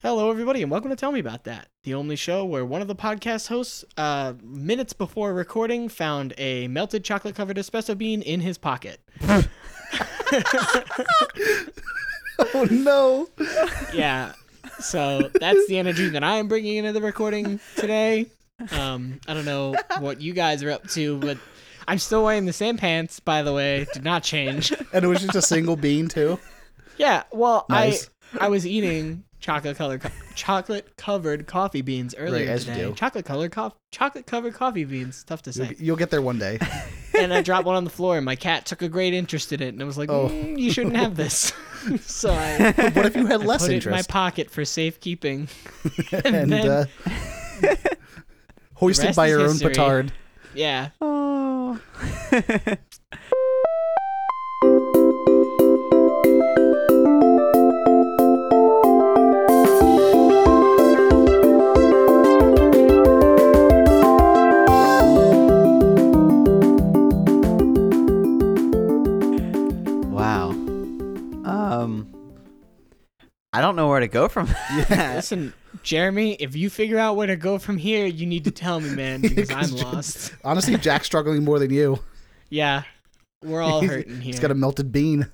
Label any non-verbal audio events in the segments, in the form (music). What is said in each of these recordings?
Hello, everybody, and welcome to Tell Me About That, the only show where one of the podcast hosts, uh, minutes before recording, found a melted chocolate covered espresso bean in his pocket. (laughs) Oh no. Yeah. So that's the energy that I'm bringing into the recording today. Um, I don't know what you guys are up to, but I'm still wearing the same pants, by the way. Did not change. And it was just a single bean too. Yeah, well, Nice. I I was eating chocolate color chocolate covered coffee beans earlier as you today. do. Chocolate color cof- chocolate covered coffee beans. Tough to say. You'll get there one day. and I dropped one on the floor, and my cat took a great interest in it, and I was like, Oh. "Mm, "You shouldn't have this." (laughs) so I But what if you had less put it in my interest pocket for safekeeping. then- (laughs) and uh, hoisted rest by is your history. own petard? Yeah. Oh. wow. Um I don't know where to go from (laughs) that. Listen, Jeremy, if you figure out where to go from here, you need to tell me, (laughs) man, because I'm lost. Honestly, Jack's struggling more than you. Yeah. We're all He's- hurting here. He's got a melted bean.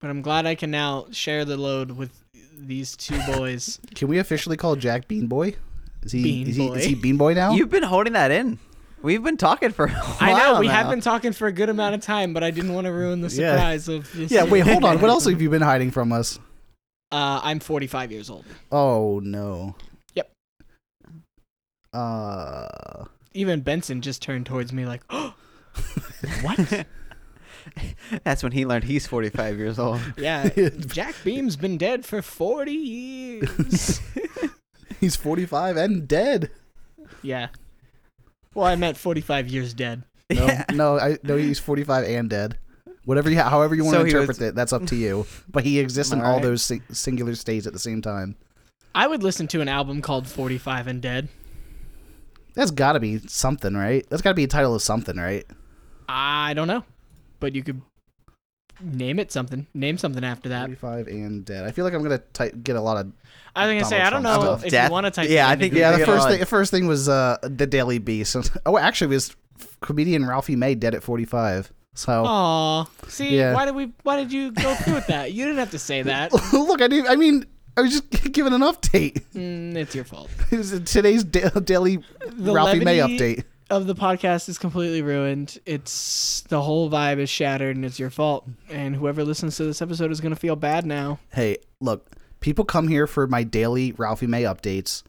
But I'm glad I can now share the load with these two (laughs) boys. Can we officially call Jack Bean Boy? Is he Bean is he Boy. is he Bean Boy now? (laughs) You've been holding that in. We've been talking for a while I know we now. have been talking for a good amount of time, but I didn't want to ruin the Yeah. surprise of this. yeah, wait, hold on. What (laughs) else have you been hiding from us? Uh, I'm 45 years old. Oh no. Yep. Uh Even Benson just turned towards me like, (gasps) "Oh, What? That's when he learned he's 45 (laughs) years old. (laughs) yeah, Jack Beam's been dead for 40 years." he's 45 and dead. yeah. Well, I meant 45 years dead. No, (laughs) Yeah. no, I no. He's forty five and dead. Whatever you, however you want So to he interpret was- it, that's up to (laughs) you. But he exists in all Alright. those sing- singular states at the same time. I would listen to an album called 45 and Dead. That's got to be something, right? That's got to be a title of something, right? I don't know, but you could name it something. Name something after that. Forty five and dead. I feel like I'm gonna ty- get a lot of. I was gonna say Donald I don't Trump know stuff. if Death- you want to type. yeah, it I in think to Yeah, Yeah, Google. the get first on. thing. The first thing was uh, the Daily Beast. (laughs) Oh, actually, it was comedian Ralphie May dead at forty five. So Aw, see, Yeah. why did we? Why did you go through with that? You didn't have to say (laughs) that. look, I didn't. I mean, I was just (laughs) giving an update. Mm, it's your fault. It was today's da- Daily The Ralphie May levity- update. Of the podcast is completely ruined. It's the whole vibe is shattered, and it's your fault. And whoever listens to this episode is gonna feel bad now. hey, look, people come here for my daily Ralphie May updates.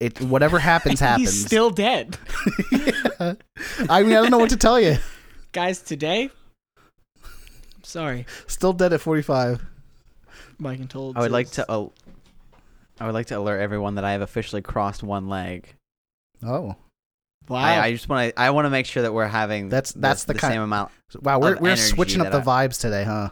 It whatever (laughs) happens happens. He's still dead, (laughs) (laughs) I mean, I don't know what to tell you. guys. Today, I'm sorry, Still dead at 45. Mike and Told. I would like to. al- I would like to alert everyone that I have officially crossed one leg. Oh, Wow. I, I just want to. I want to make sure that we're having That's- the, that's the the kind- same amount. wow, we're Of we're energy switching up the that vibes today, huh?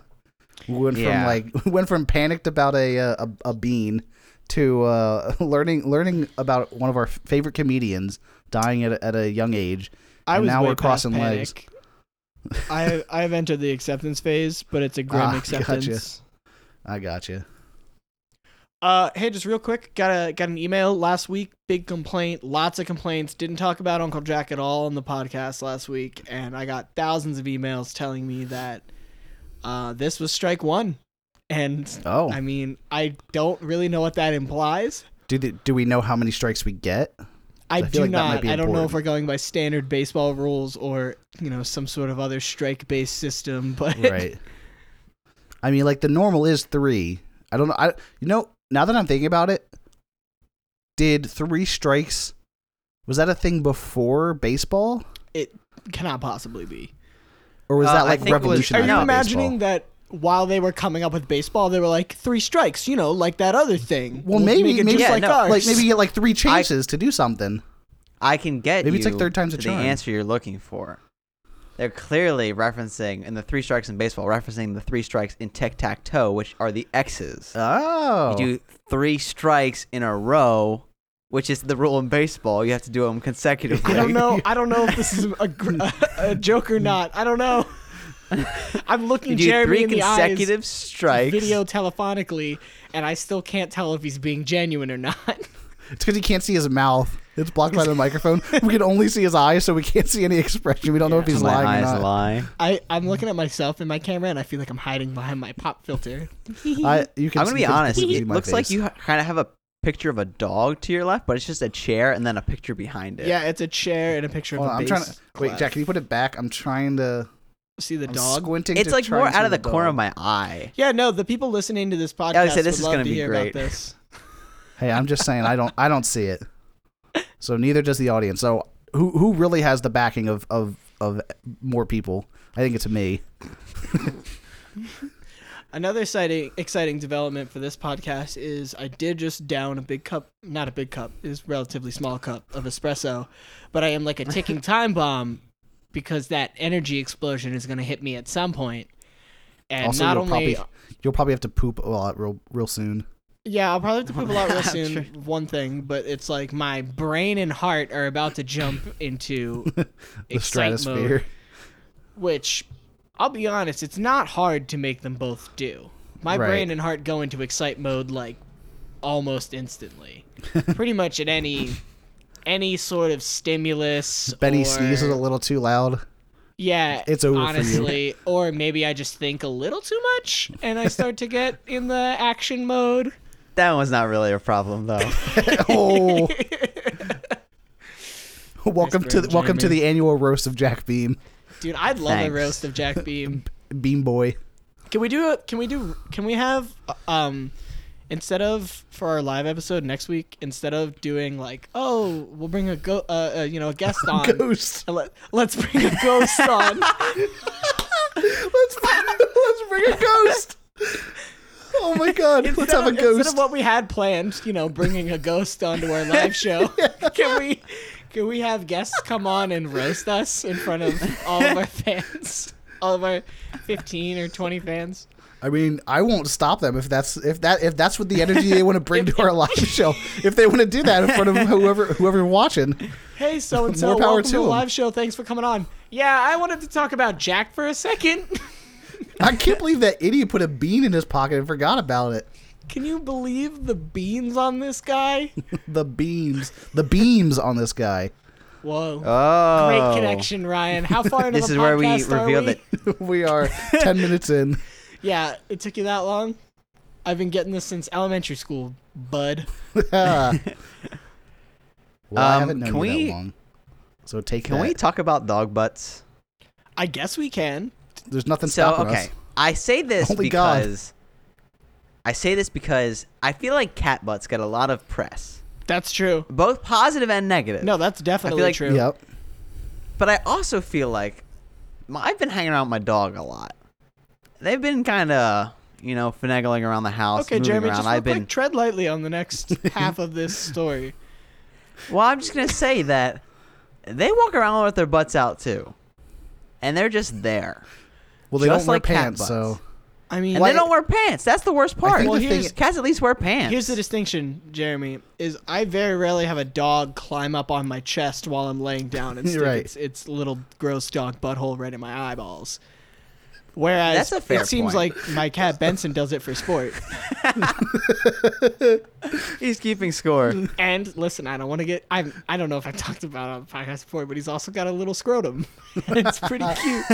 We went from Yeah. like (laughs) we went from panicked about a uh, a, a bean to uh, (laughs) learning learning about one of our favorite comedians dying at a, at a young age. I And was now way we're past crossing legs. panic. I I've entered the acceptance phase, but it's a grim Ah, gotcha. acceptance. (laughs) I got you. Uh, hey, just real quick, got a got an email last week. Big complaint, lots of complaints. Didn't talk about Uncle Jack at all on the podcast last week, and I got thousands of emails telling me that uh, this was strike one. And Oh, I mean, I don't really know what that implies. do the, do we know how many strikes we get? I, I feel do like that might not. be I don't know important. if we're going by standard baseball rules or you know some sort of other strike based system, (laughs) but right i mean like the normal is three i don't know i you know now that i'm thinking about it did three strikes was that a thing before baseball cannot possibly be. or was Uh, that I like think Are it was- revolutionary you No. imagining that while they were coming up with baseball, they were like three strikes, you know, like that other thing? well We'll maybe make it maybe just Yeah, like no, ours. like (laughs) (laughs) maybe you get like three chances to do something I can get Maybe it's like you third time's a to charm. the answer you're looking for. They're clearly referencing in the three strikes in baseball, referencing the three strikes in tic tac toe, which are the X's. oh You do three strikes in a row, which is the rule in baseball. You have to do them (laughs) (laughs) consecutively. I don't know. (laughs) I don't know if this is a, gr- a joke or not. I don't know. I'm looking You do Jeremy three in the eyes consecutive strikes. video telephonically, and I still can't tell if he's being genuine or not. (laughs) It's because you can't see his mouth. It's blocked (laughs) by the microphone. We can only see his eyes, so we can't see any expression. We don't know if Yeah. he's My lying eyes or not. lie. I, I'm looking at myself in my camera, and I feel like I'm hiding behind my pop filter. (laughs) I, you can I'm gonna you be can honest. see It my looks like face. you kind of have a picture of a dog to your left, but it's just a chair and then a picture behind (laughs) it. Yeah, it's a chair and a picture of Hold a on, I'm bass trying to wait, clef. Jack. Can you put it back? I'm trying to. See the I'm dog? squinting. it's to like try more and out see of the dog. corner of my eye. Yeah, no, the people listening to this podcast I would say this is would love gonna to be hear great. about this. Hey, I'm just saying. I don't. I don't see (laughs) it. So neither does the audience. So who who really has the backing of of of more people? I think it's me. Another exciting, exciting development for this podcast is I did just down a big cup, not a big cup, it's a relatively small cup of espresso, but I am like a (laughs) ticking time bomb because that energy explosion is going to hit me at some point. And also, not you'll only, probably you'll probably have to poop a lot real real soon. yeah, I'll probably have to poop a (laughs) lot real I'm soon, one thing, but it's like my brain and heart are about to jump into (laughs) The excite stratosphere. mode, which I'll be honest, it's not hard to make them both do. My Right. brain and heart go into excite mode like almost instantly. (laughs) Pretty much at any any sort of stimulus. Benny or, sneezes a little too (laughs) loud. Yeah, It's over for you. honestly, or maybe I just think a little too much and I start to get in the action mode. That one's not really a problem though. oh. welcome burn, to the, welcome Jeremy. to the annual roast of Jack Beam, Dude, I'd love Thanks. a roast of Jack (laughs) Beam. Beam Boy. Can we do a Can we do? Can we have um, instead of for our live episode next week, instead of doing like, oh, we'll bring a go, uh, uh, you know, a (laughs) guest on. Ghost. and Let, let's bring a ghost (laughs) on. Let's let's bring (laughs) a ghost. Oh my God! let's have Instead of- a Instead ghost. of what we had planned, you know, bringing a ghost onto our live (laughs) show. (laughs) Can we? Can we have guests come on and roast us in front of all (laughs) of our fans? All of our 15 or 20 fans. I mean, I won't stop them if that's if that if that's what the energy they want to bring to our live show. If they want to do that in front of whoever whoever watching, Hey, (laughs) so and so, More welcome power to, to the 'em. live show. Thanks for coming on. Yeah, I wanted to talk about Jack for a second. (laughs) I can't believe that idiot put a bean in his pocket and forgot about it. (laughs) Can you believe the beans on this (laughs) guy? The beams, the beams on this guy. (laughs) Whoa. Oh, Great connection, Ryan. How far (laughs) into This the is where we podcast are reveal we? that we are ten minutes in. (laughs) Yeah, it took you that long. I've been getting this since elementary school, bud. well, Ah. I Um, haven't known can you we- that long, so take Can that. we talk about dog butts? I guess we can. There's nothing So stopping okay, us. I say this Only God. because I say this because I feel like cat butts get a lot of press, That's true. both positive and negative. No, that's definitely like- true. Yep. but I also feel like my, I've been hanging out with my dog a lot. They've been kind of you know finagling around the house, Okay, moving Jeremy, around. just real I've been quick, tread lightly on the (laughs) next half of this story. well. I'm just gonna say that they walk around with their butts out too, and they're just there. Well, they Just don't wear like cat pants, butts. so I mean, And they don't wear pants. That's the worst part. think Well, the thing here's- cats at least wear pants. Here's the distinction, Jeremy, is I very rarely have a dog climb up on my chest while I'm laying down (laughs) and stick Right. its, its little gross dog butthole right in my eyeballs. Whereas That's a fair it seems point. like my cat (laughs) Benson does it for sport. He's keeping score. (laughs) And listen, I don't want to get I I don't know if I talked about it on the podcast before, but he's also got a little scrotum. (laughs) it's pretty (laughs) cute.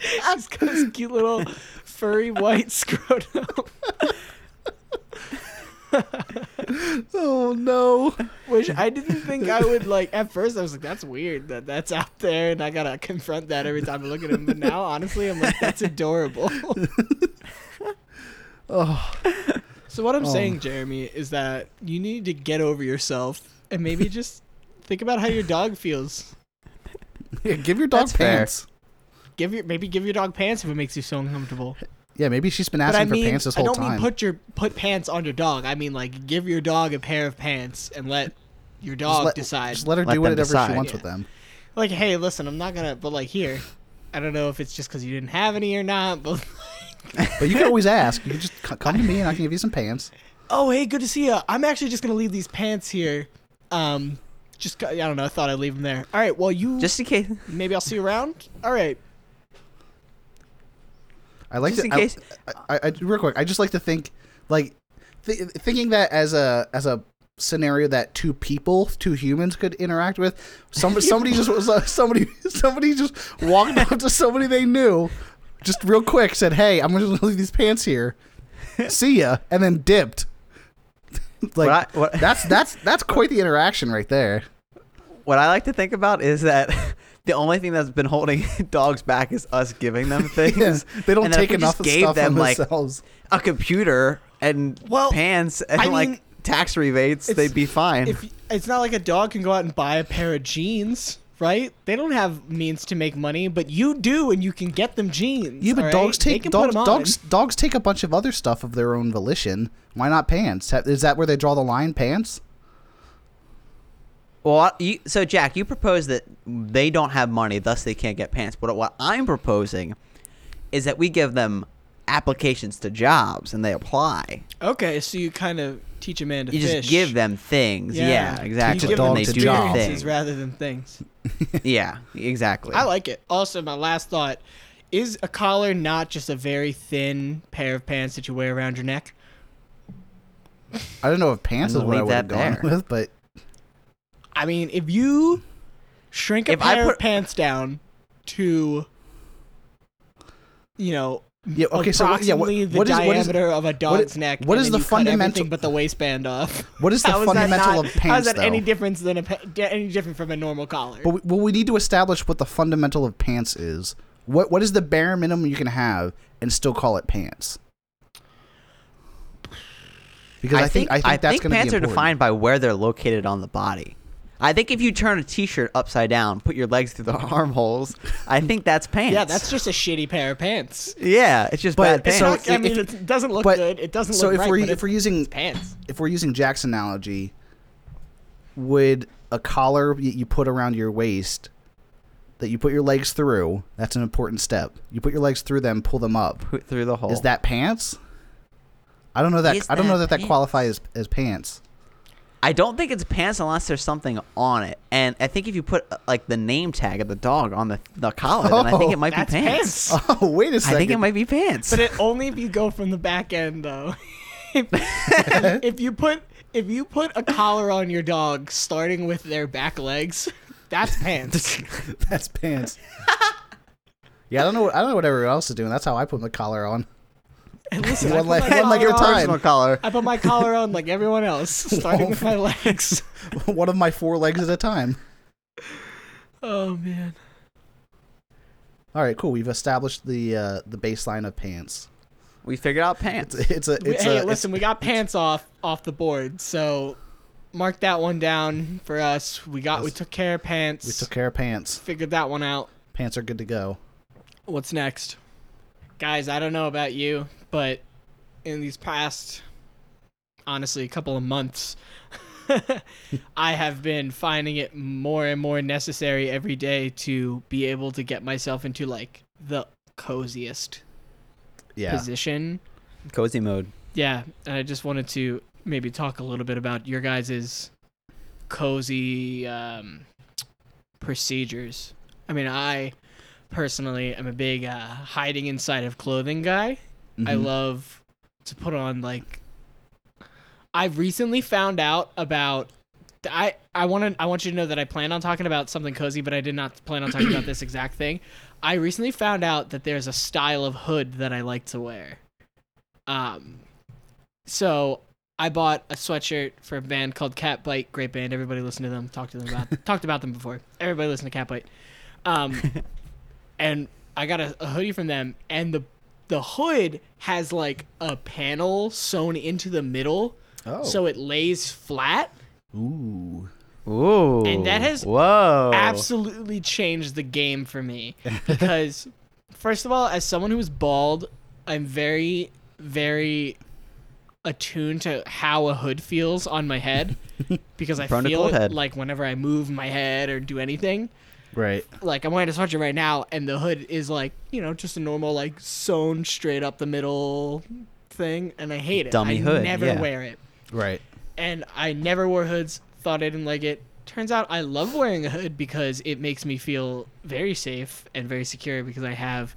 he's got this cute little furry white scrotum. Oh (laughs) no! (laughs) Which I didn't think I would like. At first, I was like, "That's weird that that's out there," and I gotta confront that every time I look at him. But now, honestly, I'm like, "That's adorable." (laughs) Oh, so what I'm Oh. saying, Jeremy, is that you need to get over yourself and maybe just think about how your dog feels. yeah, give your dog That's fair. pants. Give your maybe give your dog pants if it makes you so uncomfortable. Yeah, maybe she's been But asking I mean, for pants this I whole don't time. mean put your put pants on your dog. I mean like give your dog a pair of pants and let your just dog let, decide. Just let her Let do them whatever decide. she wants Yeah. with them. like hey listen i'm not gonna but like here i don't know if it's just because you didn't have any or not but (laughs) But you can always ask. You can just c- come to me and I can give you some pants. oh hey good to see you i'm actually just gonna leave these pants here um just got- i don't know i thought i'd leave them there all right well you just Just in case. maybe i'll see you around all right I like Just to, in I- case- I, I, I- real quick. I just like to think, like, th- thinking that as a as a scenario that two people, two humans, could interact with. (laughs) Somebody, somebody just was uh, somebody, (laughs) somebody just walked up to somebody they knew, just real quick, said, "Hey, I'm going to leave these pants here. See ya," and then dipped. (laughs) like What I- what- that's that's that's quite the interaction right there. What I like to think about is that (laughs) the only thing that's been holding (laughs) dogs back is us (laughs) giving them things. They don't And then if take we enough just gave stuff them on like themselves. a computer and Well, pants and I like mean, tax rebates, it's- they'd be fine. If it's not like a dog can go out and buy a pair of jeans, right? They don't have means to make money, but you do, and you can get them jeans. (laughs) Yeah, but all dogs right? They take can put dogs, 'em on. dogs dogs take a bunch of other stuff of their own volition. Why not pants? Ha- Is that where they draw the line? Pants? well, I- you, so Jack, you propose that they don't have money, thus they can't get pants. But what I'm proposing is that we give them applications to jobs and they apply. Okay, so you kind of teach a man to You just fish. give them things. Yeah, exactly. You give dog them and they to do job. experiences things. rather than things. Yeah, exactly. I like it. Also, my last thought is a collar not just a very thin pair of pants that you wear around your neck. I don't know if pants I'm is gonna what I leave would have that gone there. (laughs) with, but I mean, if you shrink a If I pair of put- pants down to, you know, yeah. Okay, so what, yeah, what, approximately the what is what is diameter of a dog's is- neck. what and is then the you cut fundamental- (laughs) everything but the waistband (laughs) off? what is the How is that fundamental not- of How is pants that though? any difference than a pa- any different from a normal collar? but we, well, we need to establish what the fundamental of pants is. What what is the bare minimum you can have and still call it pants? Because I, think, I think that's going to be pants are important. defined by where they're located on the body. I think if you turn a t-shirt upside down, put your legs through the (laughs) armholes, I think that's pants. yeah, that's just a shitty pair of pants. yeah, it's just But- bad It's pants. So So I if- mean, if- it doesn't look but- good. It doesn't So look if right. we're but if we're it's using pants. if we're using Jack's analogy, would a collar y- you put around your waist that you put your legs through? That's an important step. You put your legs through them, pull them up. Put through the hole. Is that pants? I don't know that. Is I don't know that that that qualifies as, as pants. (laughs) I don't think it's pants unless there's something on it. And I think if you put uh, like the name tag of the dog on the, the collar, then I think Oh, it might That's be pants. pants. Oh, wait a I second. think it might be pants. (laughs) But it only if you go from the back end though. (laughs) if, (laughs) if you put if you put a collar on your dog starting with their back legs, that's pants. (laughs) That's pants. (laughs) yeah, I don't know. I don't know what everyone else is doing. That's how I put my collar on. (laughs) (laughs) And listen, I One put leg, my one leg at collar a on- time. Collar. I put my collar on like everyone (laughs) else, starting with my legs. (laughs) one of my four legs at a time. Oh man. All right, cool. We've established the uh, the baseline of pants. we figured out pants. It's a We- it's hey, a listen, we got pants off off the board, so mark that one down for us. We got we took care of pants. We took care of pants. figured that one out. Pants are good to go. What's next? Guys, I don't know about you, but in these past, honestly, a couple of months, (laughs) I have been finding it more and more necessary every day to be able to get myself into like the coziest Yeah. position. Cozy mode. Yeah, and I just wanted to maybe talk a little bit about your guys' cozy um, procedures. I mean, I personally am a big uh, hiding inside of clothing guy. I Mhm. love to put on like. I've recently found out about. I I want to I want you to know that I plan on talking about something cozy, but I did not plan on talking about this exact thing. I recently found out that there's a style of hood that I like to wear. Um, so I bought a sweatshirt for a band called Cat Bite. Great band. Everybody listen to them. Talked to them about talked about them before. Everybody listen to Cat Bite. Um, and I got a, a hoodie from them, and the the hood has like a panel sewn into the middle, Oh. so it lays flat. Ooh. Ooh. And that has whoa Oh. absolutely changed the game for me because (laughs) first of all as someone who's bald i'm very very attuned to how a hood feels on my (laughs) head because i Prone to feel cold it head. like whenever i move my head or do anything Right. like i'm wearing a sweatshirt right now and the hood is like you know just a normal like sewn straight up the middle thing and i hate it Dummy I hood, never yeah. wear it Right. and I never wore hoods. Thought I didn't like it. Turns out I love wearing a hood because it makes me feel very safe and very secure because I have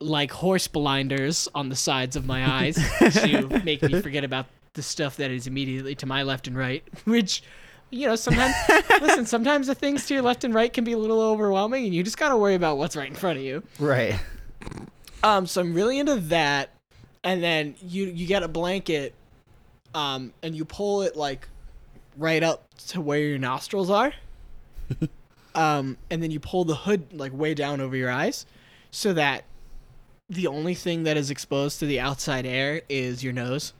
like horse blinders on the sides of my eyes to make me forget about the stuff that is immediately to my left and right, (laughs) which. You know, sometimes listen. Sometimes the things to your left and right can be a little overwhelming, and you just gotta worry about what's right in front of you. Right. Um, so I'm really into that, and then you you get a blanket, um, and you pull it like right up to where your nostrils are, um, and then you pull the hood like way down over your eyes, so that the only thing that is exposed to the outside air is your nose,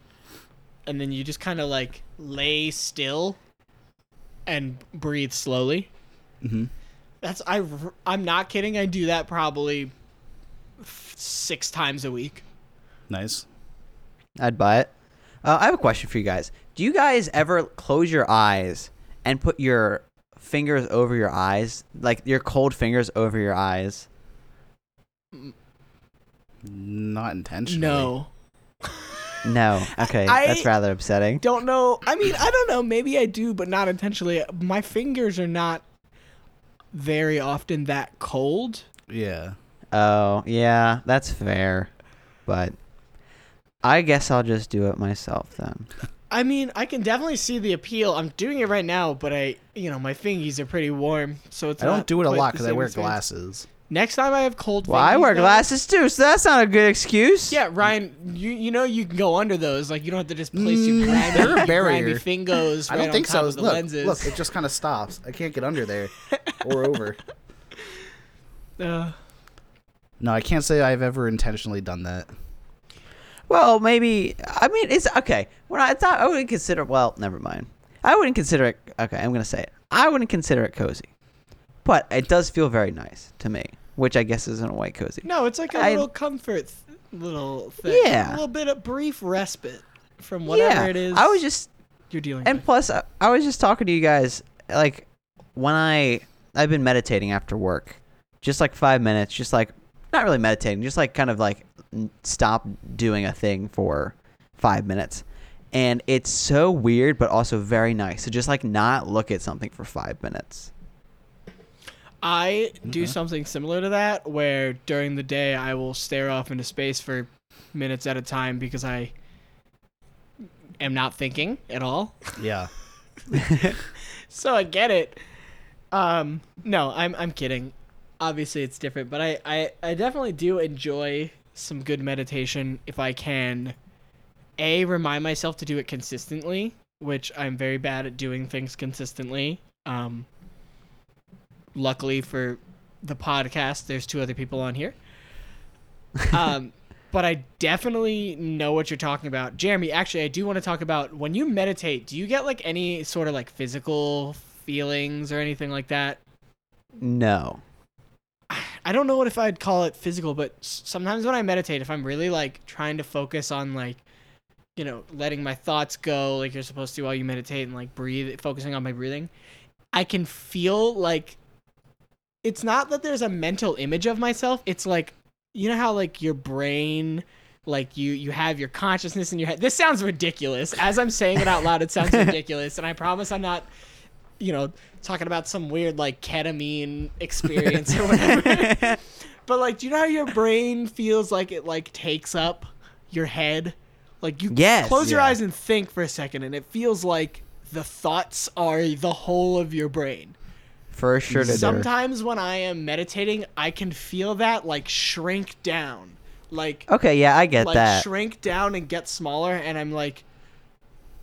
and then you just kind of like lay still and breathe slowly. Mhm. That's I. r- I'm not kidding. I do that probably six times a week. Nice. I'd buy it. Uh, I have a question for you guys. Do you guys ever close your eyes and put your fingers over your eyes, like your cold fingers over your eyes? Not intentionally. No. No. Okay, I- that's rather upsetting. Don't know. I mean, I don't know. Maybe I do, but not intentionally. My fingers are not very often that cold. Yeah. Oh, yeah, that's fair. But I guess I'll just do it myself then. I mean, I can definitely see the appeal. I'm doing it right now, but I, you know, my fingies are pretty warm, so it's I don't not do it a quite lot the because I same wear experience. glasses. Next time I have cold Well, I fingies, wear though- glasses too, so that's not a good excuse. Yeah, Ryan, you you know you can go under those. Like you don't have to just place your grimy, Mm. they're a grimy barrier. fingos. I right don't on think top so. of the Look, lenses. look, it just kind of stops. I can't get under there or over. Uh, No, I can't say I've ever intentionally done that. Well, maybe. I mean, it's okay. When I thought I wouldn't consider. Well, never mind. I wouldn't consider it. Okay, I'm gonna say it. I wouldn't consider it cozy, but it does feel very nice to me, which I guess isn't a way cozy. No, it's like a I- little comfort th- little thing. A Yeah. little bit of brief respite from whatever yeah, it is I was just, you're dealing and with. plus, I, I was just talking to you guys. Like when I I've been meditating after work, just like five minutes, just like not really meditating, just like kind of like n- stop doing a thing for five minutes. And it's so weird, but also very nice to just like not look at something for five minutes. I do Mm-hmm. something similar to that where during the day I will stare off into space for minutes at a time because I am not thinking at all. Yeah. (laughs) so I get it. Um, no, I'm I'm kidding. Obviously, it's different, but I, I I definitely do enjoy some good meditation if I can. A remind myself to do it consistently, which I'm very bad at doing things consistently. Um, luckily for the podcast, there's two other people on here. Um, but I definitely know what you're talking about. Jeremy, actually, I do want to talk about when you meditate, do you get like any sort of like physical feelings or anything like that? No. I don't know what if I'd call it physical, but s- sometimes when I meditate, if I'm really like trying to focus on like, you know, letting my thoughts go like you're supposed to while you meditate and like breathe, focusing on my breathing, I can feel like it's not that there's a mental image of myself. It's like, you know how like your brain like you you have your consciousness in your head. This sounds ridiculous. As I'm saying it out loud, it sounds ridiculous, and I promise I'm not you know, talking about some weird like ketamine experience or whatever. but like, do you know how your brain feels like it like takes up your head? Like you Yes. close your Yeah. eyes and think for a second, and it feels like the thoughts are the whole of your brain. For sure to do. Sometimes when I am meditating, I can feel that like shrink down, like Okay, yeah, I get like that. shrink down and get smaller and i'm like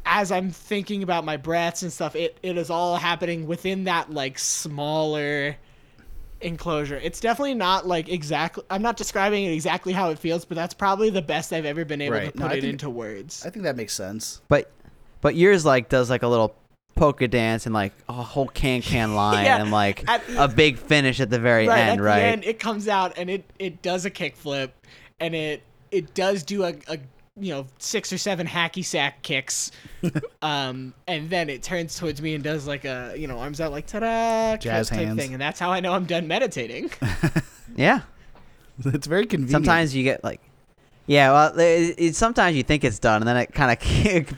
as i'm thinking about my breaths and stuff it, it is all happening within that like smaller enclosure it's definitely not like exactly i'm not describing it exactly how it feels but that's probably the best i've ever been able to Right. put No, I it think- into words I think that makes sense. but but yours like does like a little polka dance and like a whole (laughs) can can line Yeah, and like at the- a big finish at the very right end, at right? the end it comes out and it it does a kickflip and it it does do a, a you know six or seven hacky sack (laughs) kicks um and then it turns towards me and does like a you know arms out like ta-da Jazz type hands. thing and that's how i know i'm done (laughs) meditating Oh. Yeah. (laughs) It's very convenient. Sometimes you get like yeah, well, it, it, sometimes you think it's done, and then (laughs) it kind of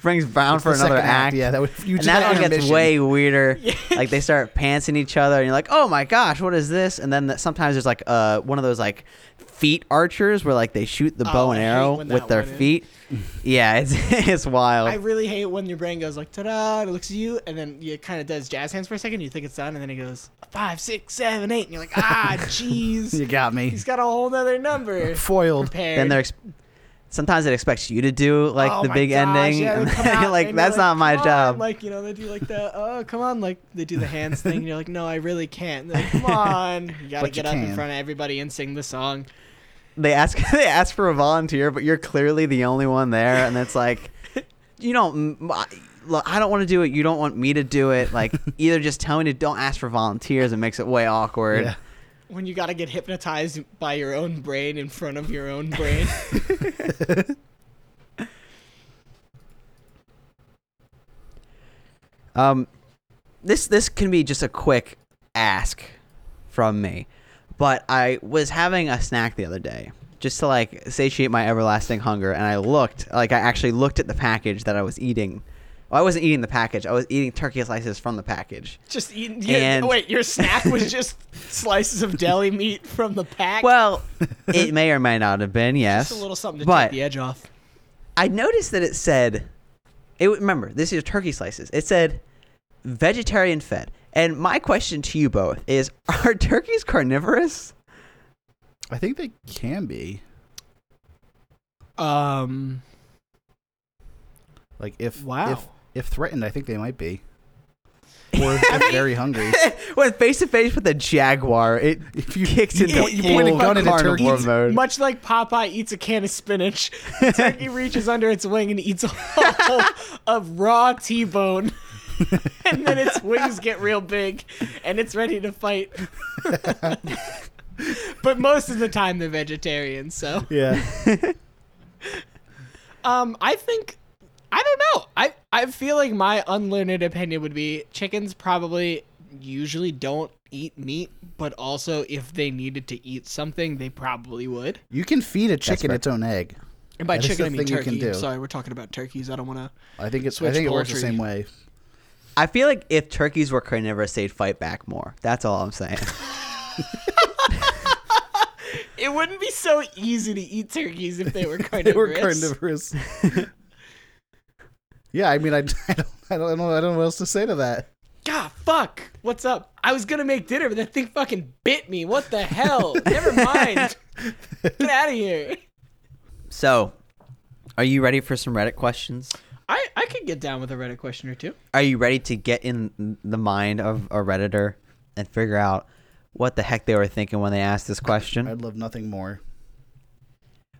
brings Brown It's for the another second act. act, yeah, that would- you and just that had all gets intermission. way (laughs) weirder. like they start pantsing each other, and you're like, "Oh my gosh, what is this?" And then that, sometimes there's like uh, one of those like feet archers where like they shoot the bow Oh, and I hate arrow when with that their went in. (laughs) feet. yeah, it's (laughs) it's wild. I really hate when your brain goes like ta-da, and it looks at you, and then it kind of does jazz hands for a second. You think it's done, and then it goes five, six, seven, eight, and you're like, (laughs) ah, (laughs) You jeez, got me. he's got a whole nother number. Foiled. Prepared. then they're ex- sometimes it expects you to do like Oh the my big gosh, ending. yeah, (laughs) and they come out you're like and you're that's not my "Come on," job. Like you know, they do like (laughs) the oh come on, like they do the hands thing. And you're like, no, I really can't. And they're like, (laughs) come on, you gotta But you get up can. in front of everybody and sing the song. they ask (laughs) they ask for a volunteer, but you're clearly the only one there, and it's like, you don't. m- I- Look, I don't want to do it. You don't want me to do it. Like (laughs) either just tell me to don't ask for volunteers. It makes it way awkward. Yeah. When you gotta get hypnotized by your own brain in front of your own (laughs) brain. (laughs) Um, this this can be just a quick ask from me, but I was having a snack the other day just to like satiate my everlasting hunger, and I looked like I actually looked at the package that I was eating. Well, I wasn't eating the package. I was eating turkey slices from the package. just eating. Yeah, And- wait, your snack (laughs) was just slices of deli meat from the pack. (laughs) Well, it may or may not have been. Yes, just a little something to but take the edge off. I noticed that it said, it remember this is turkey slices. It said vegetarian fed. And my question to you both is: (laughs) Are turkeys carnivorous? I think they can be. Um, Like if Wow. if if threatened, I think they might (laughs) be. Or if, if very (laughs) hungry. when face to face with a jaguar, it If you kicks into (laughs) you point a full gun at a carnivore turkey, mode. much like Popeye eats a can of spinach, (laughs) turkey reaches under its wing and eats a whole of raw T-bone, (laughs) and then its wings get real big, and it's ready to fight. (laughs) but most of the time, they're vegetarian, so. yeah. Um, I think I don't know. I I feel like my unlearned opinion would be chickens probably usually don't eat meat, but also if they needed to eat something, they probably would. (laughs) You can feed a chicken right. its own egg. And by That is chicken, I the mean thing you can turkey. do. Sorry, we're talking about turkeys. I don't want to. I think it's. I Switch think it works the poultry. same (laughs) way. I feel like if turkeys were carnivorous, they'd fight back more. That's all I'm saying. (laughs) It wouldn't be so easy to eat turkeys if (laughs) they were They were carnivorous. carnivorous. (laughs) (laughs) yeah, I (laughs) mean, I, I don't, I don't, know, I don't know what else to say to that. God, fuck. What's up? I was gonna make dinner, but that thing fucking bit me. What the hell? (laughs) Never mind. Get out of here. so, are you ready for some Reddit questions? I I could get down with a Reddit question (laughs) or two. Are you ready to get in the mind of a redditor and figure out what the heck they were thinking when they asked this question? I'd love nothing more.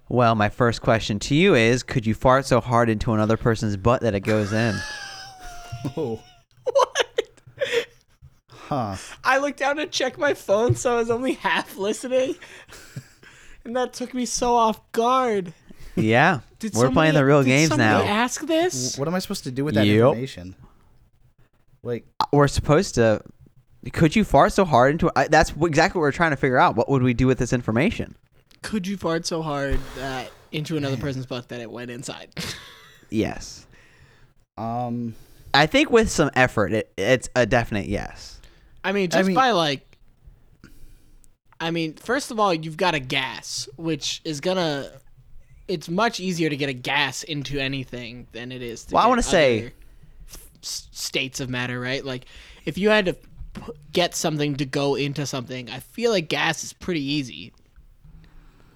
Well, my first question to you is: Could you fart so hard into another person's butt that it (laughs) goes in? Oh, What? huh. I looked down to check my phone, so I was only half (laughs) listening, and that took me so off guard. yeah, Did we're playing somebody- the real did games somebody now. Ask this. What am I supposed to do with that Yep. information? Like, we're supposed to could you fart so hard into I, that's wh- exactly what we're trying to figure out what would we do with this information Could you fart so hard that into another person's butt that it went inside? (laughs) yes um, i think with some effort it, it's a definite yes I mean, I just mean- by like. I mean, first of all, you've got a gas, which is gonna. It's much easier to get a gas into anything than it is. To Well, I get wanna say- other s- states of matter, right? Like, if you had to p- get something to go into something, I feel like gas is pretty easy.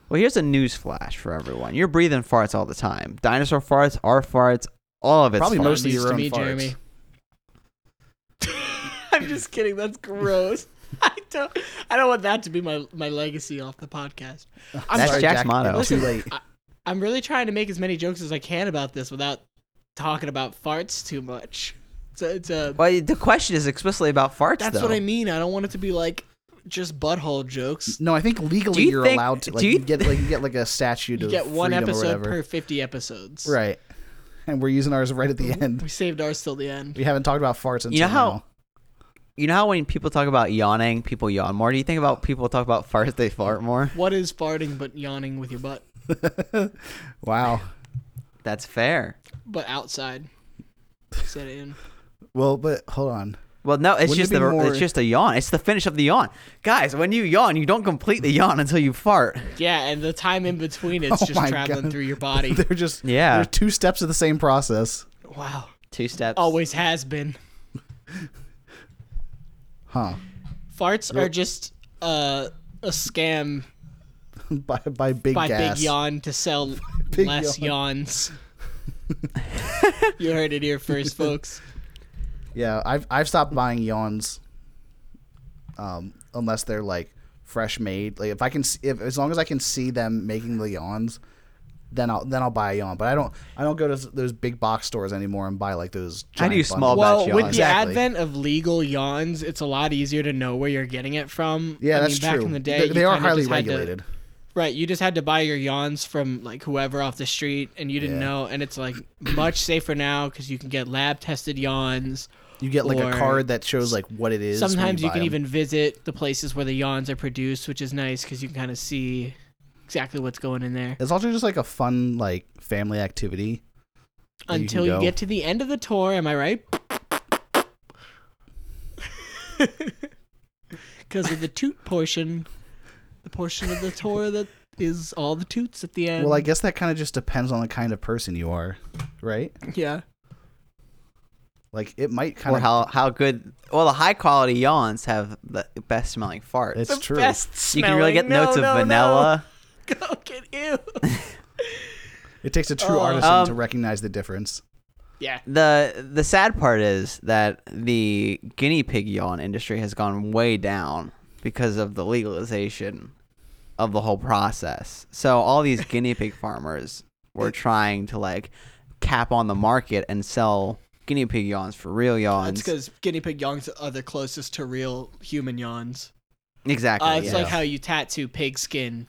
well here's a news flash for everyone you're breathing farts all the time dinosaur farts our farts all of it's Probably farts. most- Mostly Not news your to own me, farts. Jeremy. (laughs) I'm just kidding. That's (laughs) gross. I don't. I don't want that to be my my legacy off the podcast. I'm That's sorry, Jack's motto. Too late. I, I'm really trying to make as many jokes as I can about this without talking about farts too much. It's a, it's a well the question is explicitly about farts that's though. what I mean. I don't want it to be like just butthole jokes. No, I think legally Do you you are think- allowed to. Like, do you, you get like you get like a statute You of get one freedom or episode whatever. per 50 episodes. Right, and we're using ours right at the end. We saved ours till the end. We haven't talked about farts until you know how now. you know how when people talk about yawning people yawn more do you think about people talk about farts they fart more What is farting but yawning with your butt, Wow. that's fair but outside? Set it in. Well, but hold on. Well, no, it's Wouldn't just it be the more- it's just a yawn. It's the finish of the yawn, guys. When you yawn, you don't complete the yawn until you fart. Yeah, and the time in between, it's (laughs) Oh just my traveling God. through your (laughs) body. They're just Yeah. They're two steps of the same process, wow. Two steps. Always has been. huh? (laughs) Farts are just uh, a scam by by big by gas. Big Yawn to sell (laughs) Big less (laughs) yawns. you heard it here first, folks. Yeah, I've I've stopped buying yawns. Um, unless they're like fresh made. Like if I can, s- if as long as I can see them making the yawns, then I'll then I'll buy a yawn. But I don't I don't go to s- those big box stores anymore and buy like those. I do giant small Well, bundles. batch with yawn. the Exactly. advent of legal yawns, it's a lot easier to know where you're getting it from. Yeah, I that's mean, back true. in the day, they you they are kinda highly just had to- regulated. right, you just had to buy your yawns from like whoever off the street, and you didn't Yeah. know. And it's like much safer now because you can get lab tested yawns. You get like or a card that shows like what it is. when Sometimes you buy can 'em. even visit the places where the yawns are produced, which is nice because you can kind of see exactly what's going in there. It's also just like a fun like family activity. that can Until you, go. get to the end of the tour, am I right? (laughs) Because of the toot portion, the portion of the tour that is all the toots at the end. Well, I guess that kind of just depends on the kind of person you are, right? yeah. Like it might kind or of how how good? Well, the high quality yawns have the best smelling (laughs) farts. It's true. Best you can really get smelling- notes no, of no, vanilla. No. Go get you. It takes a true Oh. artisan to Um, recognize the difference. (laughs) Yeah. The the sad part is that the guinea pig yawn industry has gone way down because of the legalization of the whole process. So (laughs) all these guinea pig farmers were trying to like cap on the market and sell guinea pig yawns for real That's yawns. because guinea pig yawns are the closest to real human yawns. exactly. Uh, it's yeah. like how you tattoo pig skin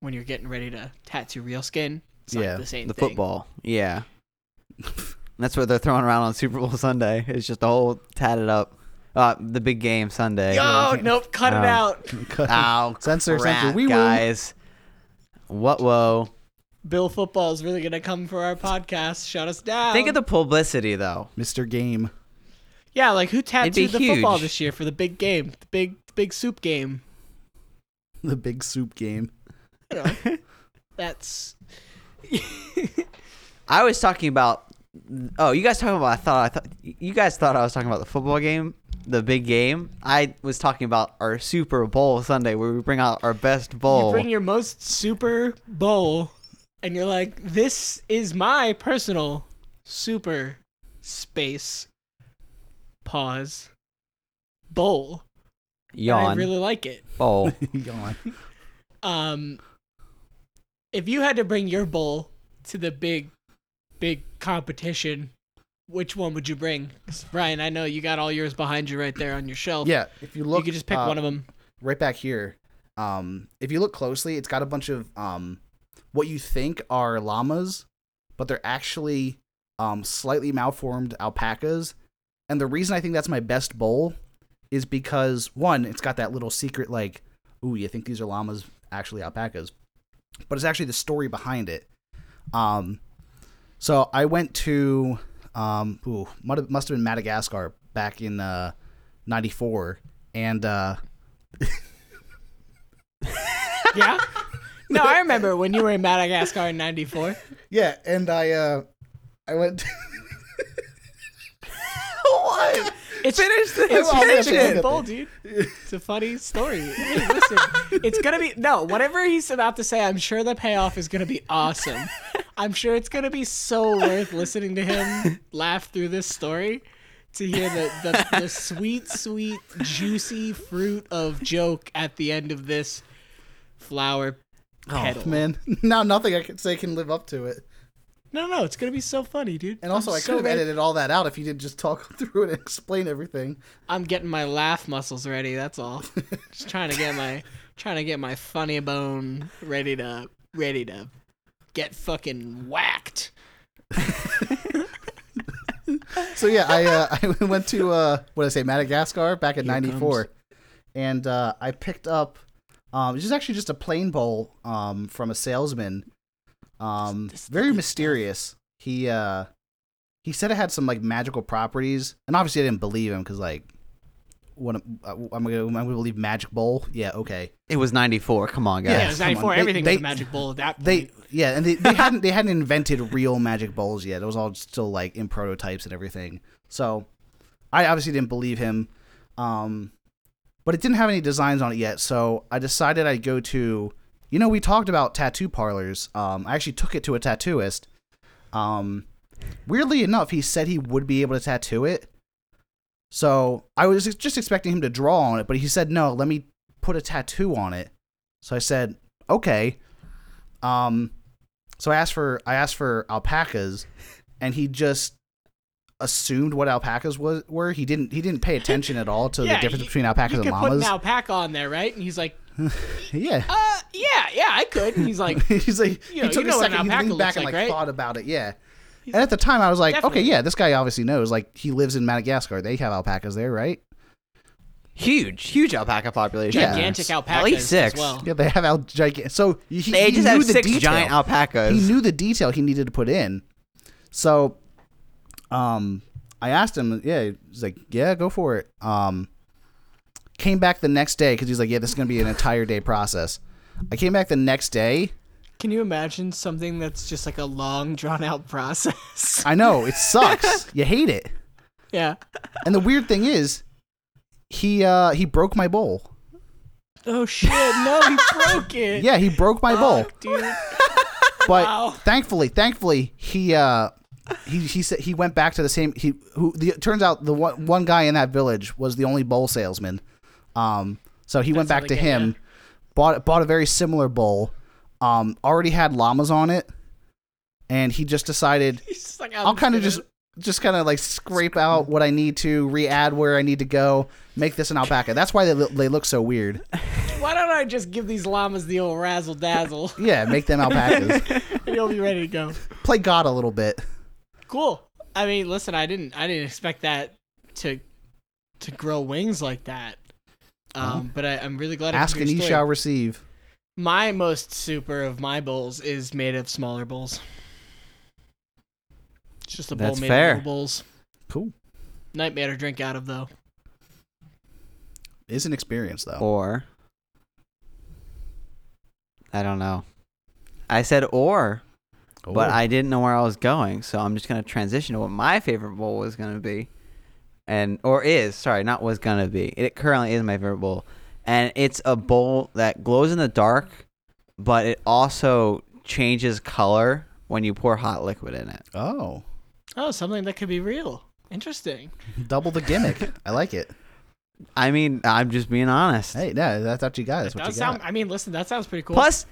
when you're getting ready to tattoo real skin. It's like Yeah, the same the thing. football. (laughs) Yeah. That's what they're throwing around on Super Bowl Sunday. It's just the whole tatted up uh, the big game Sunday. Yo, nope, cut Oh. it out. Ow, (laughs) Censor, Oh, crap, censor, wee woo. guys. What? Whoa! Bill football is really gonna come for our podcast. Shut us down. Think of the publicity, though. Mr. Game. (laughs) yeah, like who be tattooed the football huge. this year for the big game, the big the big soup game. The big soup game. (laughs) You (laughs) know, that's I was talking about. Oh, you guys talking about? I thought I thought you guys thought I was talking about the football game, the big game. I was talking about our Super Bowl Sunday, where we bring out our best bowl. you bring your most Super Bowl, and you're like, this is my personal Super Space Pause Bowl. and I Yawn really like it. bowl. Yawn. um if you had to bring your bowl to the big big competition which one would you bring 'Cause, ryan i know you got all yours behind you right there on your shelf Yeah, if you look, you could just pick uh, one of them right back here. Um, if you look closely, it's got a bunch of um, what you think are llamas, but they're actually um, slightly malformed alpacas. And the reason I think that's my best bowl is because one, it's got that little secret like, ooh, you think these are llamas, actually alpacas, but it's actually the story behind it. Um, so I went to um, ooh, must must have been Madagascar back in uh, '94, and uh, (laughs) yeah no i remember when you were in madagascar in 94 Yeah, and I uh I went (laughs) what? it's Finish (laughs) this. it's (laughs) I'll finish finish it. it. bowl dude it's a funny story (laughs) hey listen it's gonna be no whatever he's about to say i'm sure the payoff is gonna be awesome i'm sure it's gonna be so worth listening to him laugh through this story to hear the, the, the sweet sweet juicy fruit of joke at the end of this flower petal (laughs) man, now nothing I can say can live up to it. no no it's gonna be so funny dude And also I'm i so could have ready- edited all that out if you didn't just talk (laughs) through it and explain everything. i'm getting my laugh muscles ready that's all just trying to get my trying to get my funny bone ready to ready to get fucking whacked (laughs) So yeah, I uh, I went to uh what did I say, Madagascar back in Here it ninety four. And uh I picked up um this is actually just a plain bowl um from a salesman. Um This- this very good mysterious. He uh he said it had some like magical properties, and obviously I didn't believe him because like what I'm, I'm gonna I'm gonna leave Magic Bowl. Yeah, okay. (laughs) It was 94. Come on, Yeah, it guys. was come on. 94. They- Everything they- was a magic bull at that point. They (laughs) yeah, and they, they hadn't they hadn't invented real Magic Bowls yet. It was all still like in prototypes and everything. So I obviously didn't believe him, um, but it didn't have any designs on it yet. So I decided I'd go to you know we talked about tattoo parlors. Um, I actually took it to a tattooist. Um, weirdly enough, he said he would be able to tattoo it. So I was just expecting him to draw on it, but he said no. Let me put a tattoo on it. So I said okay. Um, so I asked for I asked for alpacas, and he just assumed what alpacas was were. He didn't he didn't pay attention at all (laughs) to Yeah, the difference you- between alpacas you and could put an llamas. alpaca on there, right? And he's like, yeah. uh, yeah, yeah, I could. And he's like, (laughs) he's like You know- he took you know a what an second, he alpaca leaned back looks and like, like right? thought about it. Yeah. and at the time, I was like, Definitely. okay, yeah, this guy obviously knows. Like he lives in Madagascar. They have alpacas there, right? Huge, huge alpaca population. Yeah. gigantic At alpacas least six. as well. Yeah, they have al- gigantic. So he, he They just knew have the six detail. giant alpacas. He knew the detail he needed to put in. So, um, I asked him. Yeah, he's like, yeah, go for it. Um, came back the next day because he's like, yeah, this is gonna be an entire day process. I came back the next day. Can you imagine something that's just like a long, drawn out process? I know it (laughs) sucks. you hate it. (laughs) yeah. And the weird thing is, he uh he broke my bowl. Oh shit! No, he broke it. Yeah, he broke my bowl. Fuck, dude. (laughs) but Wow. thankfully, thankfully, he uh, he he said he went back to the same. He who the it turns out the one one guy in that village was the only bowl salesman. Um, so he went That's how back to they get him, ya. bought bought a very similar bowl. Um, already had llamas on it, and he just decided He's just like, I'll kind of just just kind of like scrape out what I need to, re-add where I need to go, make this an alpaca. That's why they lo- they look so weird. Why don't I just give these llamas the old razzle dazzle, Yeah, make them alpacas. and (laughs) you'll be ready to go. Play God a little bit. Cool. I mean, listen, I didn't, I didn't expect that to, to grow wings like that. Um, but I, I'm really glad. I Ask took your and ye story. shall receive. My most super of my bowls is made of smaller bowls. It's just a bowl That's made fair. of little bowls. Cool. Nightmare to drink out of though. It's an experience though. Or. I don't know. I said or, Oh. but I didn't know where I was going, so I'm just gonna transition to what my favorite bowl was gonna be, and or is sorry, not was gonna be. It currently is my favorite bowl, and it's a bowl that glows in the dark, but it also changes color when you pour hot liquid in it. oh, Oh, something that could be real. Interesting. (laughs) double the gimmick. I like it. I mean, I'm just being honest. Hey, no, that's what you got. That's what That you sound. got. I mean, listen, that sounds pretty cool. Plus,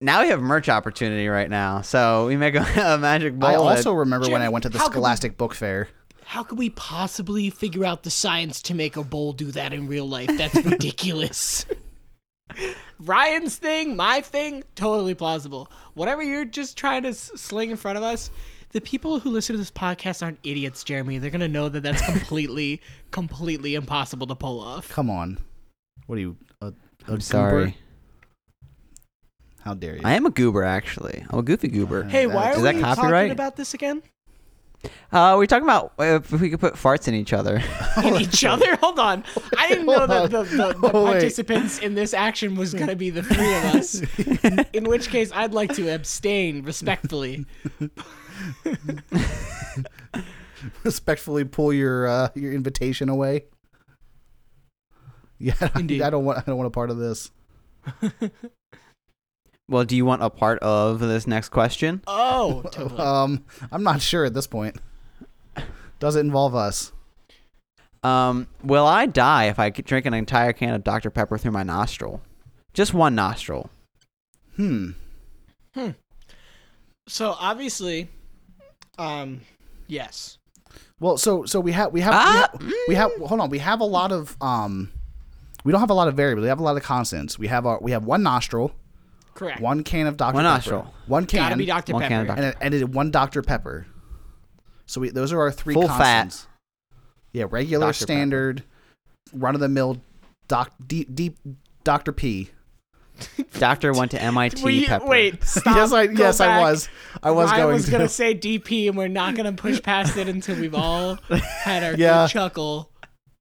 now we have merch opportunity right now, so we make a, (laughs) a magic bowl. I that- also remember when I Jeremy, went to the how could we- Scholastic Book Fair. How could we possibly figure out the science to make a bowl do that in real life? That's (laughs) ridiculous. Ryan's thing, my thing, totally plausible. Whatever you're just trying to s- sling in front of us, the people who listen to this podcast aren't idiots, Jeremy. They're going to know that (laughs) that's completely, completely impossible to pull off. Come on, what are you? A, a I'm goober? sorry. How dare you? I am a goober, actually. I'm a goofy goober. Hey, why Is are that we copyright? talking about this again? Uh, we're talking about if we could put farts in each other. (laughs) (laughs) In each other? Hold on. I didn't know Hold that on. the, (laughs) the, the Oh, wait. participants in this action was going to be the three of us. (laughs) In which case, I'd like to abstain respectfully. Respectfully pull your uh, your invitation away. (laughs) Yeah, I don't- Indeed. I don't want. I don't want a part (laughs) of this. Well, do you want a part of this next question? Oh, totally. Um, I'm not sure at this point. Does it involve us? Um, will I die if I could drink an entire can of Dr. Pepper through my nostril? Just one nostril. Hmm. so obviously, um, yes. Well, so so we have we have Ah! we have hold on we have a lot of um we don't have a lot of variables. We have a lot of constants. We have our we have one nostril, Correct. one can of Dr. One Pepper, nostril. one can, Gotta be Dr. One can Pepper. of Dr. and it- and it, one Dr. Pepper. So we those are our three Full fat. constants. Yeah, regular, Dr. Pepper. standard, run of the mill, doc deep deep Dr. P. (laughs) Doctor went to MIT Were you- Pepper. wait, stop. yes, I Go yes back. I was I was Ryan going was to. (laughs) gonna (laughs) say DP, and we're not gonna push past it until we've all had our Yeah. good chuckle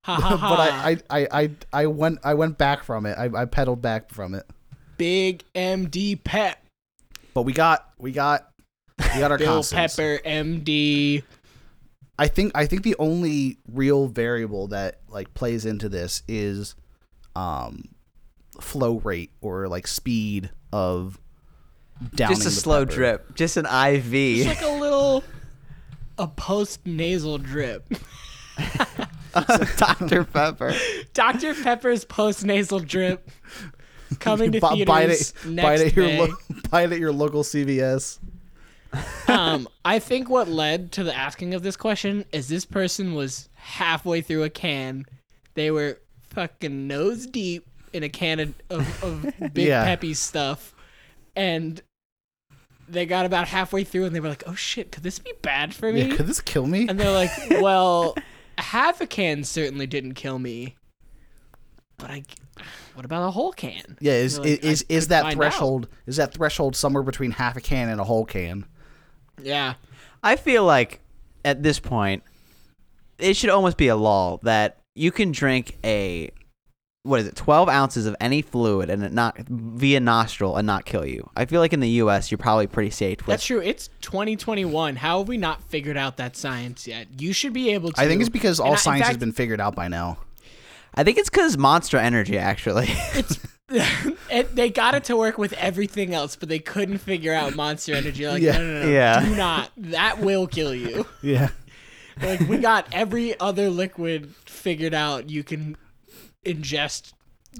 Ha ha ha. (laughs) but I, I, I, I, I went I went back from it. I, I pedaled back from it. Big MD Pep. But we got we got we got our Bill costumes. Pepper MD. I think I think the only real variable that like plays into this is um flow rate or like speed of downing Just a the slow pepper. drip. Just an It's (laughs) (laughs) IV. like a little a post nasal drip. Dr. Pepper. Dr. Pepper's post nasal drip coming (laughs) to Bu- theaters buy it, next buy it at your May. lo- buy it at your local CVS. (laughs) um, I think what led to the asking of this question is this person was halfway through a can. They were fucking nose deep in a can of, of, (laughs) of Big Yeah. Peppy stuff. And they got about halfway through and they were like, oh shit, could this be bad for me? Yeah, could this kill me? and they're like, well, half a can certainly didn't kill me. But I. What about a whole can? Yeah, is You're like, is is, I could that find threshold is that threshold somewhere between half a can and a whole can? Yeah. I feel like at this point, it should almost be a law that you can drink a what is it, twelve ounces of any fluid and it not via nostril and not kill you. I feel like in the U.S. you're probably pretty safe with. That's true. It's 2021. How have we not figured out that science yet? You should be able to. I think it's because all And I- in science has fact- been figured out by now. I think it's because Monster (laughs) Energy actually. it, they got it to work with everything else, but they couldn't figure out Monster Energy. Like, Yeah. no, no, no, Yeah. do not. That will kill you. Yeah. Like, we got every other liquid figured out. You can ingest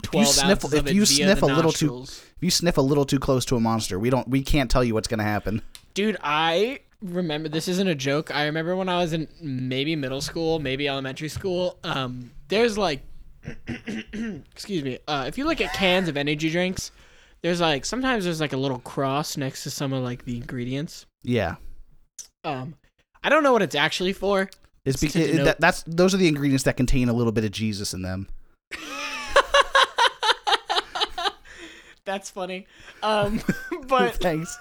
12 sniff- ounces of if it you via sniff the a little too- nostrils. If you sniff a little too close to a monster, we don't we can't tell you what's going to happen. Dude, I remember this isn't a joke. I remember when I was in maybe middle school, maybe elementary school. Um, there's like, (clears throat) excuse me. Uh, if you look at cans of energy drinks, there's like sometimes there's like a little cross next to some of like the ingredients. Yeah. Um, I don't know what it's actually for. It's It's because to denote- that, that's those are the ingredients that contain a little bit of Jesus in them. (laughs) That's funny. Um, (laughs) but Thanks.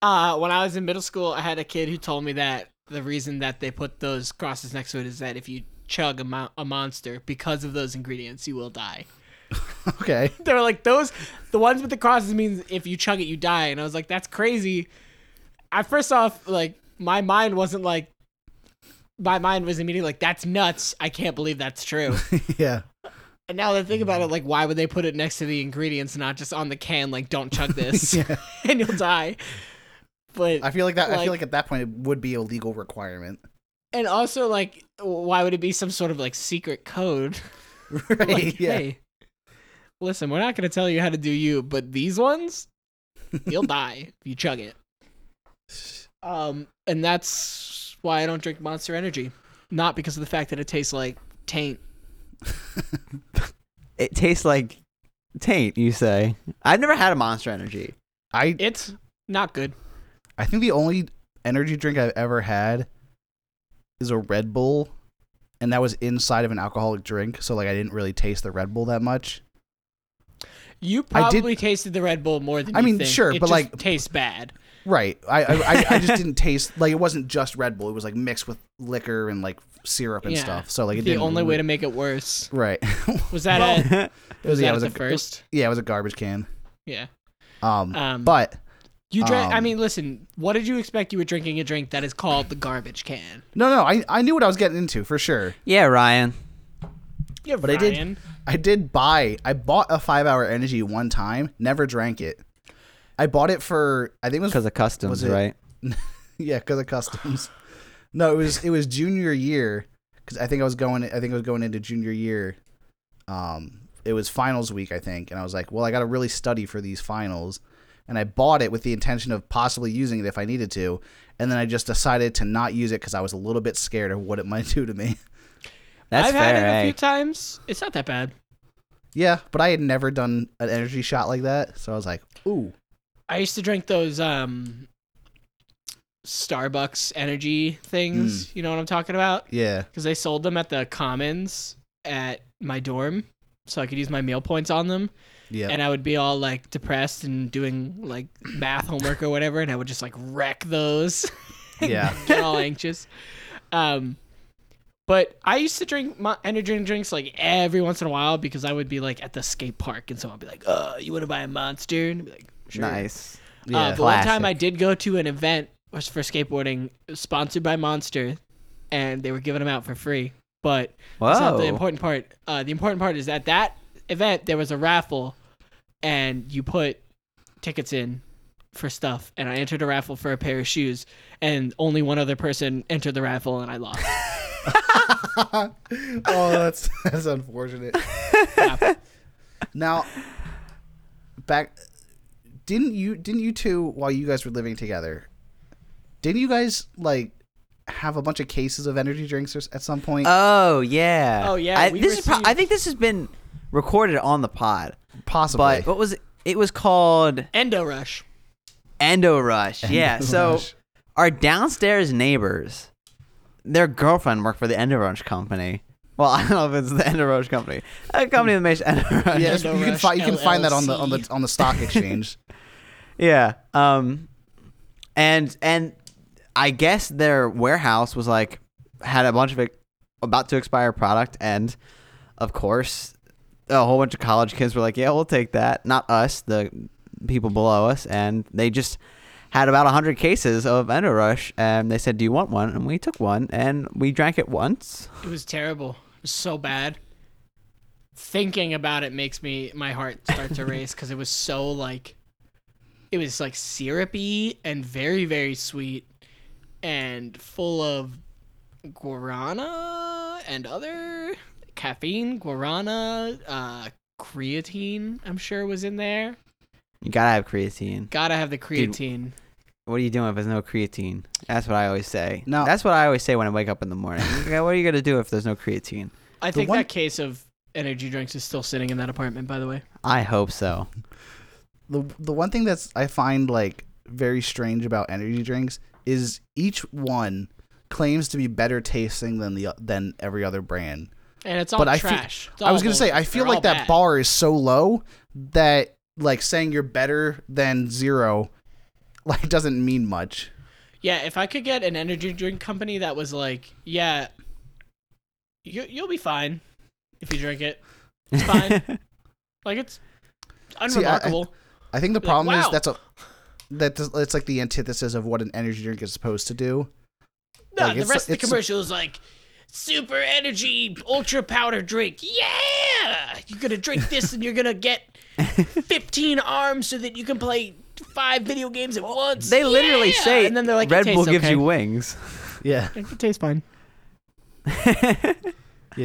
Uh, when I was in middle school, I had a kid who told me that the reason that they put those crosses next to it is that if you chug a, mo- a monster because of those ingredients, you will die. (laughs) Okay. (laughs) They were like, those, the ones with the crosses means if you chug it, you die. And I was like, that's crazy. I first off, like, my mind wasn't like, my mind was immediately like, that's nuts. I can't believe that's true. yeah. and now that I think about it, like, why would they put it next to the ingredients, not just on the can, like, don't chug this (laughs) Yeah. (laughs) and you'll die? But I feel like that I Like- feel like at that point it would be a legal requirement. (laughs) And also, like, why would it be some sort of like secret code? (laughs) Right. Like, yeah. hey, listen, we're not gonna tell you how to do you, but these (laughs) ones, you'll die if you chug it. Um, and that's why I don't drink Monster Energy, not because of the fact that it tastes like taint. it tastes like taint. You say? I've never had a Monster Energy. I It's not good. I think the only energy drink I've ever had is a Red Bull, and that was inside of an alcoholic drink, so like I didn't really taste the Red Bull that much. You I did- probably tasted the Red Bull more than I you mean, think. sure, It but, just like- tastes bad. Right. I I, I, I (laughs) just didn't taste like it wasn't just Red Bull. It was like mixed with liquor and like syrup and Yeah. stuff. So like it the didn't only way to make it worse right. it (laughs) was that Well, at, was was that yeah, it at was the a first. yeah, it was a garbage can. Yeah. Um, Um, but You drank. I Um, mean, listen. What did you expect? You were drinking a drink that is called the garbage can. no, no, I I knew what I was getting into for sure. (laughs) yeah, Ryan. Yeah, But I did- I did buy. I bought a five hour energy one time. Never drank it. I bought it for I think it was Because of Was customs, it- right? yeah, because of customs. No, it was it was junior year because I think I was going. I think I was going into junior year. Um, it was finals week, I think, and I was like, well, I got to really study for these finals, and I bought it with the intention of possibly using it if I needed to, and then I just decided to not use it because I was a little bit scared of what it (laughs) might do to me. That's I've fair. had it a eh? few times. It's not that bad. yeah, but I had never done an energy shot like that, so I was like, ooh, I used to drink those um Starbucks energy things. Hmm. You know what I'm talking about? yeah, Because they sold them at the Commons at my dorm, so I could use my meal points on them. yeah. And I would be all like depressed and doing like math homework or whatever, and I (laughs) would just like wreck those. Yeah. get all anxious. Um, But I used to drink my energy drinks like every once in a while because I would be like at the skate park and someone would be like, "Uh, you want to buy a monster?" And I'd be like, "Sure." Nice. Yeah. Uh, but one time Classic. I did go to an event was for skateboarding sponsored by Monster, and they were giving them out for free. But that's not the Whoa. important part. Uh, the important part is at that event there was a raffle, and you put tickets in for stuff. And I entered a raffle for a pair of shoes, and only one other person entered the raffle, and I lost. (laughs) oh, that's that's unfortunate. Yeah. now, back didn't you didn't you two while you guys were living together? Didn't you guys like have a bunch of cases of energy drinks or, s- at some point? Oh yeah. Oh, yeah, I, we this is. Pro- I received- think this has been recorded on the pod. Possibly. But what was it? It was called Endo Rush. Endo Rush. yeah. So Rush. our downstairs neighbors, their girlfriend worked for the Endo Rush company. Well, (laughs) I don't know if it's the Endo Rush company. A company that makes Endo Rush. yeah, Nintendo it's- you can Rush find you can find that on the on the LLC. on the stock exchange. (laughs) Yeah. Um and and I guess their warehouse was like had a bunch of it about to expire product and of course a whole bunch of college kids were like, "Yeah, we'll take that." Not us, the people below us and they just had about 100 cases of Endo Rush and they said, "Do you want one?" and we took one and we drank it once. It was terrible. It was so bad. Thinking about it makes me my heart start to race because it was so like, it was like syrupy and very very sweet, and full of guarana and other caffeine, guarana, uh, creatine. I'm sure was in there. You got to have creatine. Gotta have the Dude. creatine. What are you doing if there's no creatine? That's what I always say. No. That's what I always say when I wake up in the morning. (laughs) Okay, what are you going to do if there's no creatine? I The think one- that case of energy drinks is still sitting in that apartment. By the way, I hope so. the the one thing that's I find like very strange about energy drinks is each one claims to be better tasting than the than every other brand. and it's all But I feel- trash. It's I was all gonna say I bullshit. feel They're all like that bad. bar is so low that like saying you're better than zero like doesn't mean much. Yeah, if I could get an energy drink company that was like, yeah, you you'll be fine if you drink it. It's fine. like it's unremarkable. I think the Like, problem wow. is that's a that it's like the antithesis of what an energy drink is supposed to (laughs) do. no, like, the it's- rest of the it's- commercial is like super energy ultra powder drink. Yeah, you're gonna drink this and you're gonna get (laughs) 15 arms so that you can play five video games at once. (laughs) They literally Yeah! say and then they're like, Red it Bull gives you It (laughs) wings. Yeah, tastes fine. yeah.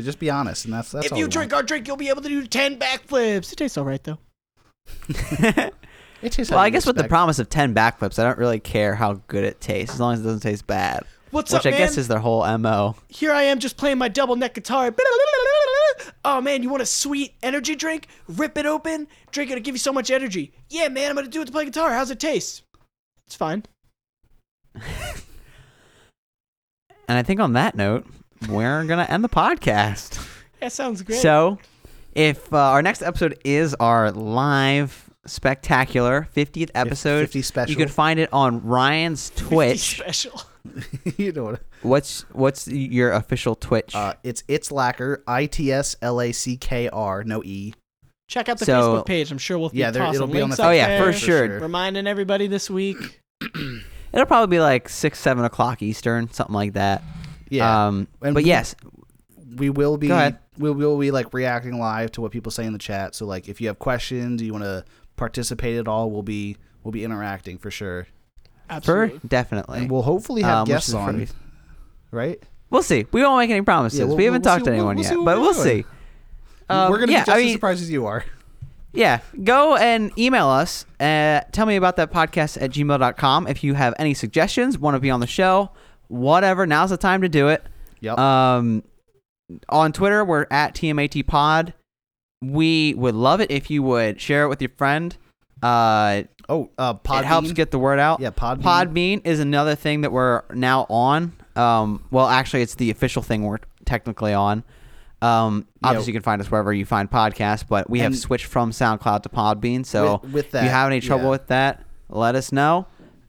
Just be honest, and that's that's if all you we drink our drink, you'll be able to do 10 backflips. It tastes all right though. Want. It tastes well, how I you guess with the expect. promise of 10 backflips, I don't really care how good it tastes as long as it doesn't taste bad, What's which up, I man? guess is their whole MO. here I am just playing my double neck guitar. (laughs) Oh man, you want a sweet energy drink? Rip it open, drink it, it'll give you so much energy. Yeah, man, I'm gonna do it to play guitar. How's it taste? It's fine. And I think on that note, we're going to end the podcast. That sounds great. (laughs) So, if uh, our next episode is our live spectacular 50th episode, 50 special. you can find it on Ryan's Twitch. special. (laughs) you know what? What's what's your official Twitch? Uh, it's it's lacquer. I T S L A C K R. No E. Check out the So- Facebook page. I'm sure we'll be Yeah, there, tossing it'll be on the. links Oh, out yeah, there. for sure. Reminding everybody this week. It'll probably be like six, seven o'clock Eastern, something like that. Yeah, Um, And but we- yes, we will be. Go ahead. We will be like reacting live to what people say in the chat. So like, if you have questions, you want to participate at all, we'll be we'll be interacting for sure, for Absolutely. definitely. and we'll, we'll hopefully have Um, which guests is on. pretty- Right? see. We won't make any promises. Yeah, we'll- we haven't we'll see- talked to we'll- anyone we'll see yet, what but we're we'll doing. see. Um, We're gonna yeah, be just I as mean, um, surprised as you are. yeah. Go and email us. Uh, tell me about that podcast at gmail.com if you have any suggestions, want to be on the show, whatever. Now's the time to do it. Yep. Um, on Twitter, we're at TMAT Pod. We would love it if you would share it with your friend. Uh, oh, uh, Podbean. it helps get the word out. yeah, Podbean. Podbean is another thing that we're now on. Um, well, actually, it's the official thing we're technically on. Um, Yeah. obviously, you can find us wherever you find podcasts, but we have And- switched from SoundCloud to Podbean. So With- with if you that, have any trouble yeah. with that, let us know.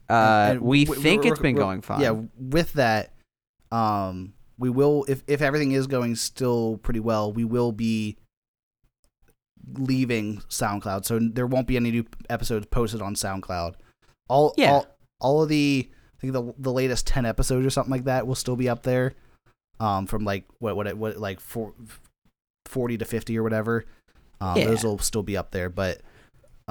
Uh, And we w- think we're- it's been we're- going fine. Yeah, with that, um, we will if if everything is going still pretty well, we will be leaving SoundCloud. So there won't be any new episodes posted on SoundCloud. All Yeah. all, all of the I think the the latest 10 episodes or something like that will still be up there. Um from like what what what like four, 40 to 50 or whatever. Um Yeah. those will still be up there, but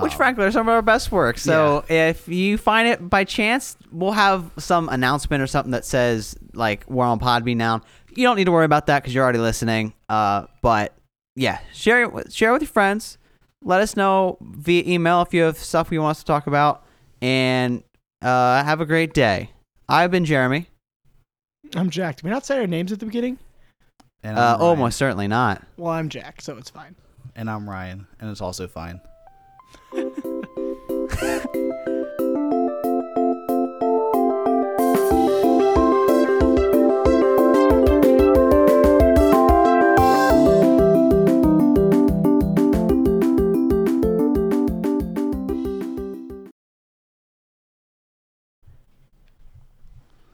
Which, um, frankly, are some of our best work. So if you find it by chance, we'll have some announcement or something that says, like, we're on Podbean now. You don't need to worry about that because you're already listening. Uh, but yeah, share it, with- share it with your friends. Let us know via email if you have stuff you want us to talk about. And uh, have a great day. I've been Jeremy. I'm Jack. Did we not say our names at the beginning? and Uh, I'm Ryan, almost certainly not. Well, I'm Jack, so it's fine. and I'm Ryan and it's also fine.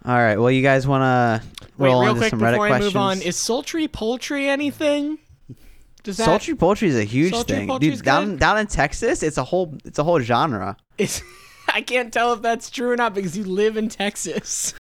All right. Well, you guys want to Wait, roll real into quick some before Reddit I questions? move on, is sultry poultry anything? Does that Sultry poultry is a huge Sultry thing, poultry's dude. Down good? down in Texas, it's a whole it's a whole genre. (laughs) is- I can't tell if that's true or not because you live in Texas.